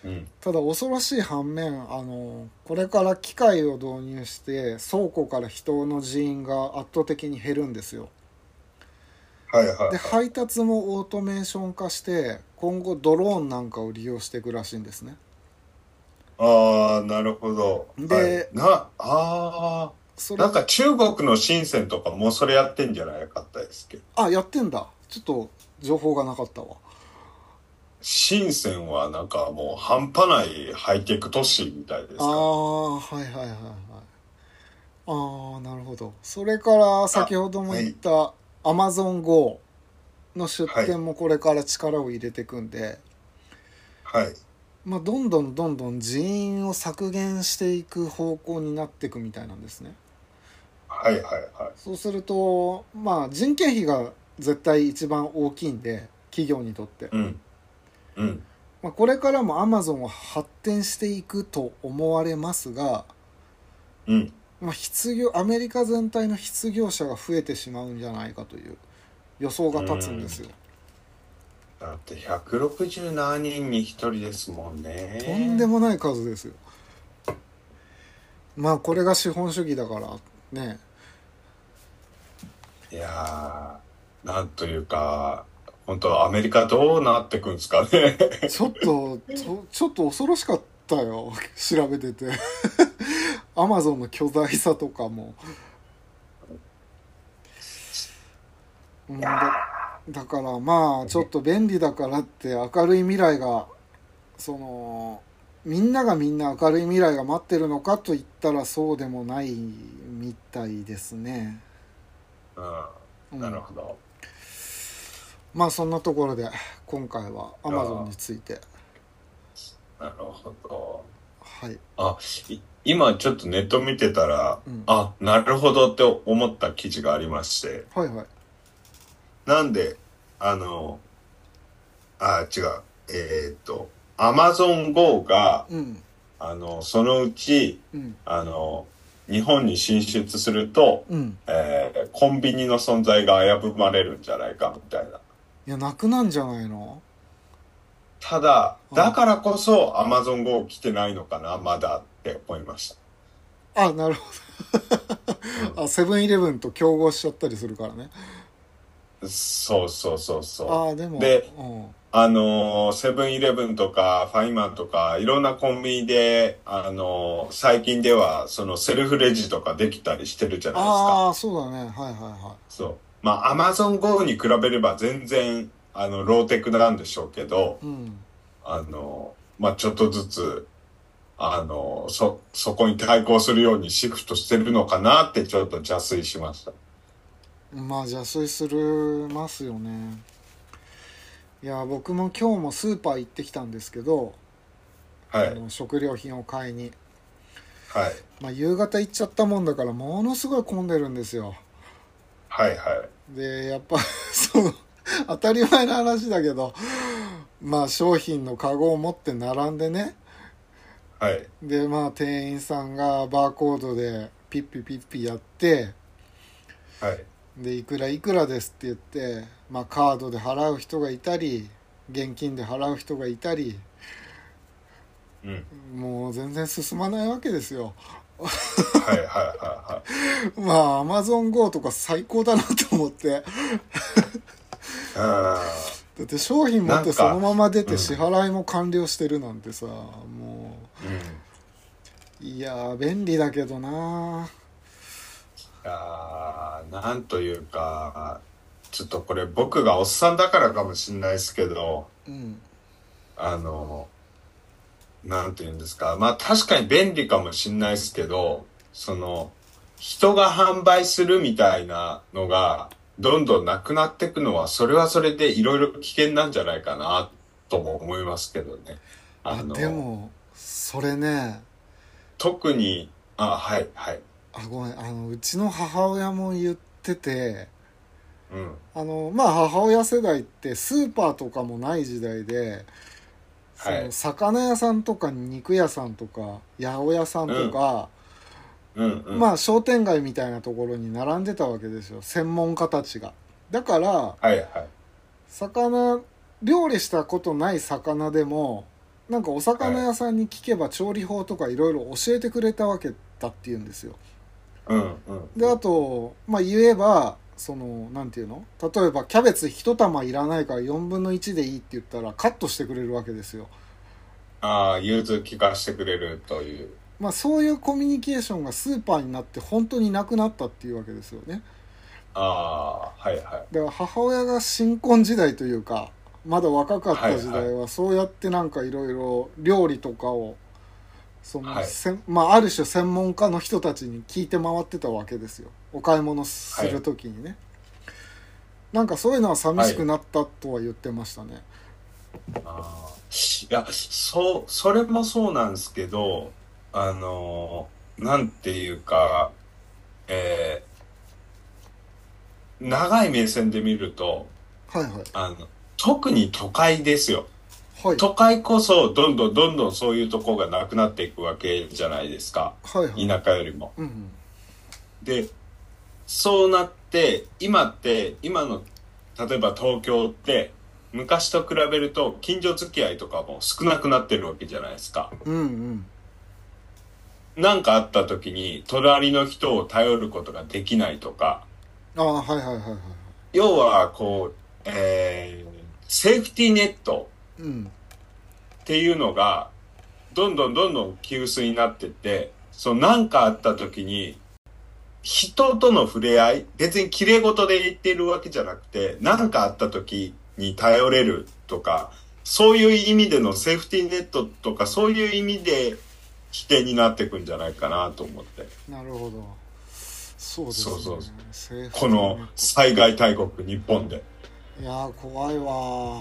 Speaker 2: いうん
Speaker 1: ただ恐ろしい反面あのこれから機械を導入して倉庫から人の人員が圧倒的に減るんですよ
Speaker 2: はいはい
Speaker 1: で配達もオートメーション化して今後ドローンなんかを利用していくらしいんですね
Speaker 2: ああ、なるほど。
Speaker 1: で
Speaker 2: はい、な、ああ
Speaker 1: そ
Speaker 2: ー、
Speaker 1: れ
Speaker 2: なんか中国の深センとかもうそれやってんじゃないかったですけど。
Speaker 1: あやってんだちょっと情報がなかったわ
Speaker 2: 深センはなんかもう半端ないハイテク都市みたいです
Speaker 1: あ
Speaker 2: か
Speaker 1: あはいはいはいはいああなるほどそれから先ほども言ったアマゾン GO の出店もこれから力を入れていくんで、
Speaker 2: ら。はい。
Speaker 1: まあ、どんどんどんどん人員を削減していく方向になっていくみたいなんですね
Speaker 2: はいはいは
Speaker 1: そうするとまあ人件費が絶対一番大きいんで企業にとって
Speaker 2: い。うん。うん。
Speaker 1: まあ、これからもアマゾンは発展していくと思われますが、
Speaker 2: うん。
Speaker 1: まあ、失業アメリカ全体の失業者が増えてしまうんじゃないかという予想が立つんですよ。
Speaker 2: だって167人に1人ですもんね。
Speaker 1: とんでもない数ですよ。まあこれが資本主義だからね
Speaker 2: いやー、なんというか、本当アメリカどうなってくんですかね。
Speaker 1: ちょっととちょっと恐ろしかったよ調べてて アマゾンの巨大さとかも。うんだだからまあちょっと便利だからって明るい未来がそのみんながみんな明るい未来が待ってるのかと言ったらそうでもないみたいですね。
Speaker 2: う
Speaker 1: うん
Speaker 2: ん。なるほど。
Speaker 1: まあそんなところで今回はアマゾンについて
Speaker 2: なるほど。
Speaker 1: はい
Speaker 2: あ、い今ちょっとネット見てたら、
Speaker 1: うん
Speaker 2: あ、なるほどって思った記事がありまして、
Speaker 1: はいはい
Speaker 2: なんで、あの、あ、違う、えーっと、Amazon Go が、
Speaker 1: うん
Speaker 2: あの、そのうち、
Speaker 1: うん
Speaker 2: あの、日本に進出すると、
Speaker 1: うん
Speaker 2: えーコンビニの存在が危ぶまれるんじゃないかみたいな。
Speaker 1: いやなくなんじゃないの
Speaker 2: ただ、
Speaker 1: うん
Speaker 2: だからこそ Amazon Go 来てないのかな、まだって思いました。
Speaker 1: あなるほどあセブンイレブンと競合しちゃったりするからね
Speaker 2: そうそうそうそう。
Speaker 1: ああでも
Speaker 2: で
Speaker 1: うん
Speaker 2: あのーセブンイレブンとか、ファイマンとか、いろんなコンビニで、あのー最近では、そのセルフレジとかできたりしてるじゃないですか。
Speaker 1: ああそうだねはいはいは
Speaker 2: そう。まあ、アマゾン GO に比べれば全然、あの、ローテクなんでしょうけど、
Speaker 1: いうん
Speaker 2: あのーまあ、ちょっとずつ、あのーそ、そこに対抗するようにシフトしてるのかなってちょっと邪推しました。
Speaker 1: まあ邪推するますよねいや僕も今日もスーパー行ってきたんですけど、
Speaker 2: はい
Speaker 1: あ。の食料品を買いに、
Speaker 2: はい。
Speaker 1: まあ、夕方行っちゃったもんだからものすごい混んでるんですよ
Speaker 2: はいはい。
Speaker 1: でやっぱ その当たり前の話だけどまあ商品のカゴを持って並んでね
Speaker 2: はい。
Speaker 1: でまあ店員さんがバーコードでピッピピッピやって
Speaker 2: はい。
Speaker 1: でいくらいくらですって言って、まあ、カードで払う人がいたり現金で払う人がいたり
Speaker 2: うん。
Speaker 1: もう全然進まないわけですよ
Speaker 2: はいはいはいはい。
Speaker 1: まあアマゾン GO とか最高だなと思って
Speaker 2: うん
Speaker 1: だって商品持
Speaker 2: な
Speaker 1: っ
Speaker 2: ん
Speaker 1: てそ
Speaker 2: か
Speaker 1: のまま出
Speaker 2: う
Speaker 1: て
Speaker 2: ん
Speaker 1: 支払いも完了してるなんてさ、も
Speaker 2: うん、いう
Speaker 1: いやー便利だけどな
Speaker 2: やーなんというかちょっとこれ僕がおっさんだからかもしれないですけど
Speaker 1: うん
Speaker 2: あのなんて言うんですかまあ確かに便利かもしれないですけどその人が販売するみたいなのがどんどんなくなっていくのはそれはそれでいろいろ危険なんじゃないかなとも思いますけどね。
Speaker 1: あ
Speaker 2: の
Speaker 1: でもそれね
Speaker 2: 特にあはいはい。
Speaker 1: あごめんあのうちの母親も言ってて
Speaker 2: うん
Speaker 1: あのまあ母親世代ってスーパーとかもない時代で、
Speaker 2: はい
Speaker 1: その魚屋さんとか肉屋さんとか八百屋さんとか、
Speaker 2: うんうん、
Speaker 1: まあ商店街みたいなところに並んでたわけですよ専門家たちがだから
Speaker 2: はいはい
Speaker 1: 魚料理したことない魚でもなんかお魚屋さんに聞けば調理法とかいろいろ教えてくれたわけだっていうんですよ
Speaker 2: うんうん
Speaker 1: であとまあ言えばそのなんていうの例えばキャベツ一玉いらないから4分の1でいいって言ったらカットしてくれるわけですよ
Speaker 2: ああ、融通聞かせてくれるという。
Speaker 1: まあそういうコミュニケーションがスーパーになって本当になくなったっていうわけですよね
Speaker 2: ああ、はいはい。
Speaker 1: だから母親が新婚時代というかまだ若かった時
Speaker 2: は
Speaker 1: 代
Speaker 2: い
Speaker 1: はそうやってなんかいろいろ料理とかをその、
Speaker 2: はい
Speaker 1: せんまあある種専門家の人たちに聞いて回ってたわけですよお買い物する時にね、なんかそういうのは寂しくなったとは言ってましたね、
Speaker 2: あーいや、そう、それもそうなんですけど、あのーなんていうか、えー長い目線で見ると、
Speaker 1: はい、はい
Speaker 2: あの、特に都会ですよ。
Speaker 1: はい
Speaker 2: 都会こそ、どんどんどんどんそういうとこがなくなっていくわけじゃないですか。
Speaker 1: はいはい
Speaker 2: 田舎よりも。
Speaker 1: うんうん
Speaker 2: でそうなって今って今の例えば東京って昔と比べると近所付き合いとかも少なくなってるわけじゃないですか。
Speaker 1: うんうん
Speaker 2: 何かあった時に隣の人を頼ることができないとか
Speaker 1: ああはいはいはいはい
Speaker 2: 要はこう、えーセーフティーネット
Speaker 1: うん
Speaker 2: っていうのがどんどんどんどん急薄になってってその何かあった時に人との触れ合い別に綺麗事で言ってるわけじゃなくて何かあった時に頼れるとかそういう意味でのセーフティーネットとかそういう意味で起点になってくんじゃないかなと思って
Speaker 1: なるほどそうですね
Speaker 2: そうそうそう
Speaker 1: セーフティーネット
Speaker 2: この災害大国日本で
Speaker 1: いやー怖いわ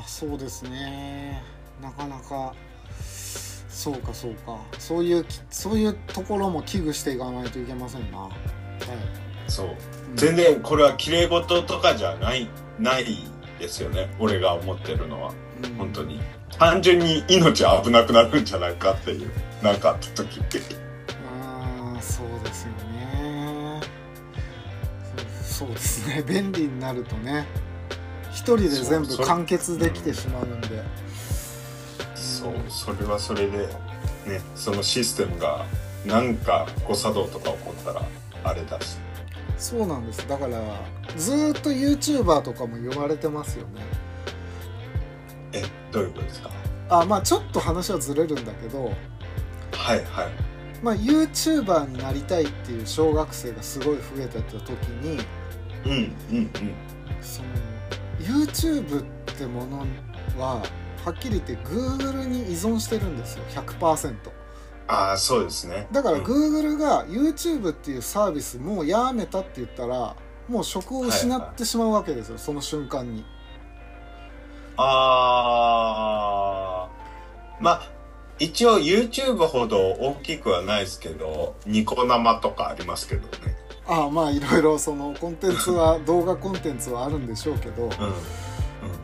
Speaker 1: ーそうですねなかなかそうかそうかそういうきそういうところも危惧していかないといけませんな、はい、
Speaker 2: そう
Speaker 1: うん
Speaker 2: 全然これは綺麗事とかじゃないないですよね俺が思ってるのは
Speaker 1: うん
Speaker 2: 本当に単純に命危なくなるんじゃないかっていうなんかあった時って
Speaker 1: あーそうですよねそうそうですね 便利になるとね一人で全
Speaker 2: そ
Speaker 1: 部
Speaker 2: うそれ
Speaker 1: 完結できてしまうんで
Speaker 2: そうそれはそれでねそのシステムがなんか誤作動とか起こったらあれだし
Speaker 1: そうなんですだからずーっと YouTuber とかも言われてますよね
Speaker 2: えどういうことですか
Speaker 1: あまあちょっと話はずれるんだけど、
Speaker 2: はいはい
Speaker 1: まあ、YouTuber になりたいっていう小学生がすごい増えてた時に
Speaker 2: うんうん
Speaker 1: その YouTube ってものははっきり言って Google に依存してるんですよ100%
Speaker 2: うんああそうですね
Speaker 1: だから
Speaker 2: うん
Speaker 1: Google が YouTube っていうサービスもうやめたって言ったらもう職を失ってしまうわけですよその瞬間に
Speaker 2: あーまあ一応 YouTube ほど大きくはないですけどニコ生とかありますけどね
Speaker 1: ああまあいろいろそのコンテンツは動画コンテンツはあるんでしょうけど
Speaker 2: うん、うん、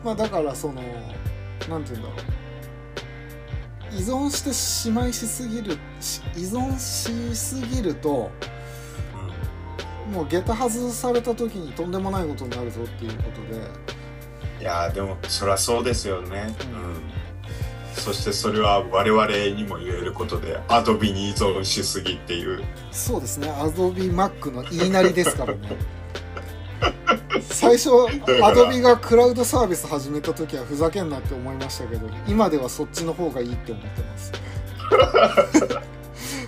Speaker 1: まあだからそのなんて言うんだろう依存してしまいしすぎるし依存しすぎるともう下駄外された時にとんでもないことになるぞっていうことで
Speaker 2: いやーでもそりゃそうですよねうんそしてそれは我々にも言えることでアドビに依存しすぎっていう
Speaker 1: そうですね、アドビマックの言いなりですから ね。最初、
Speaker 2: から
Speaker 1: アドビがクラウドサービス始めた時はふざけんなって思いましたけど、今ではそっちの方がいいって思ってます。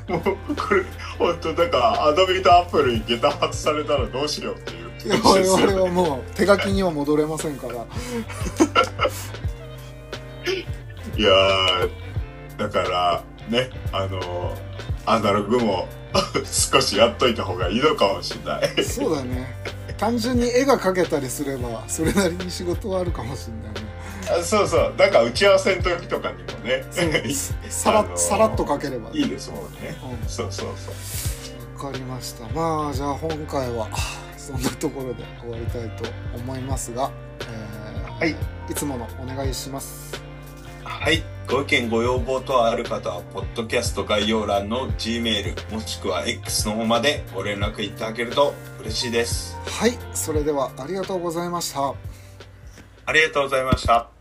Speaker 2: もうこれ本当だからアドビとアップルに下駄外されたらどうしようって いう気
Speaker 1: い
Speaker 2: 持
Speaker 1: や
Speaker 2: ち で
Speaker 1: 我
Speaker 2: すよ
Speaker 1: 々
Speaker 2: ね
Speaker 1: はもう手書きには戻れませんから。
Speaker 2: いやーだからねあのアナログも 少しやっといた方がいいのかもしれない
Speaker 1: そうだね。単純に絵が描けたりすれば、それなりに仕事はあるかもしれないね。
Speaker 2: あそうそうだから打ち合わせの時とかにもね
Speaker 1: そうさ
Speaker 2: あの
Speaker 1: ら
Speaker 2: ー
Speaker 1: さらっと描ければね。
Speaker 2: いいですもんね
Speaker 1: うん
Speaker 2: そうそうそう
Speaker 1: わかりましたまあじゃあ今回はそんなところで終わりたいと思いますが、えー
Speaker 2: はい
Speaker 1: つものお願いします
Speaker 2: はいご意見ご要望等ある方はポッドキャスト概要欄の G メールもしくは X の方までご連絡いただけると嬉しいです
Speaker 1: はいそれではありがとうございました
Speaker 2: ありがとうございました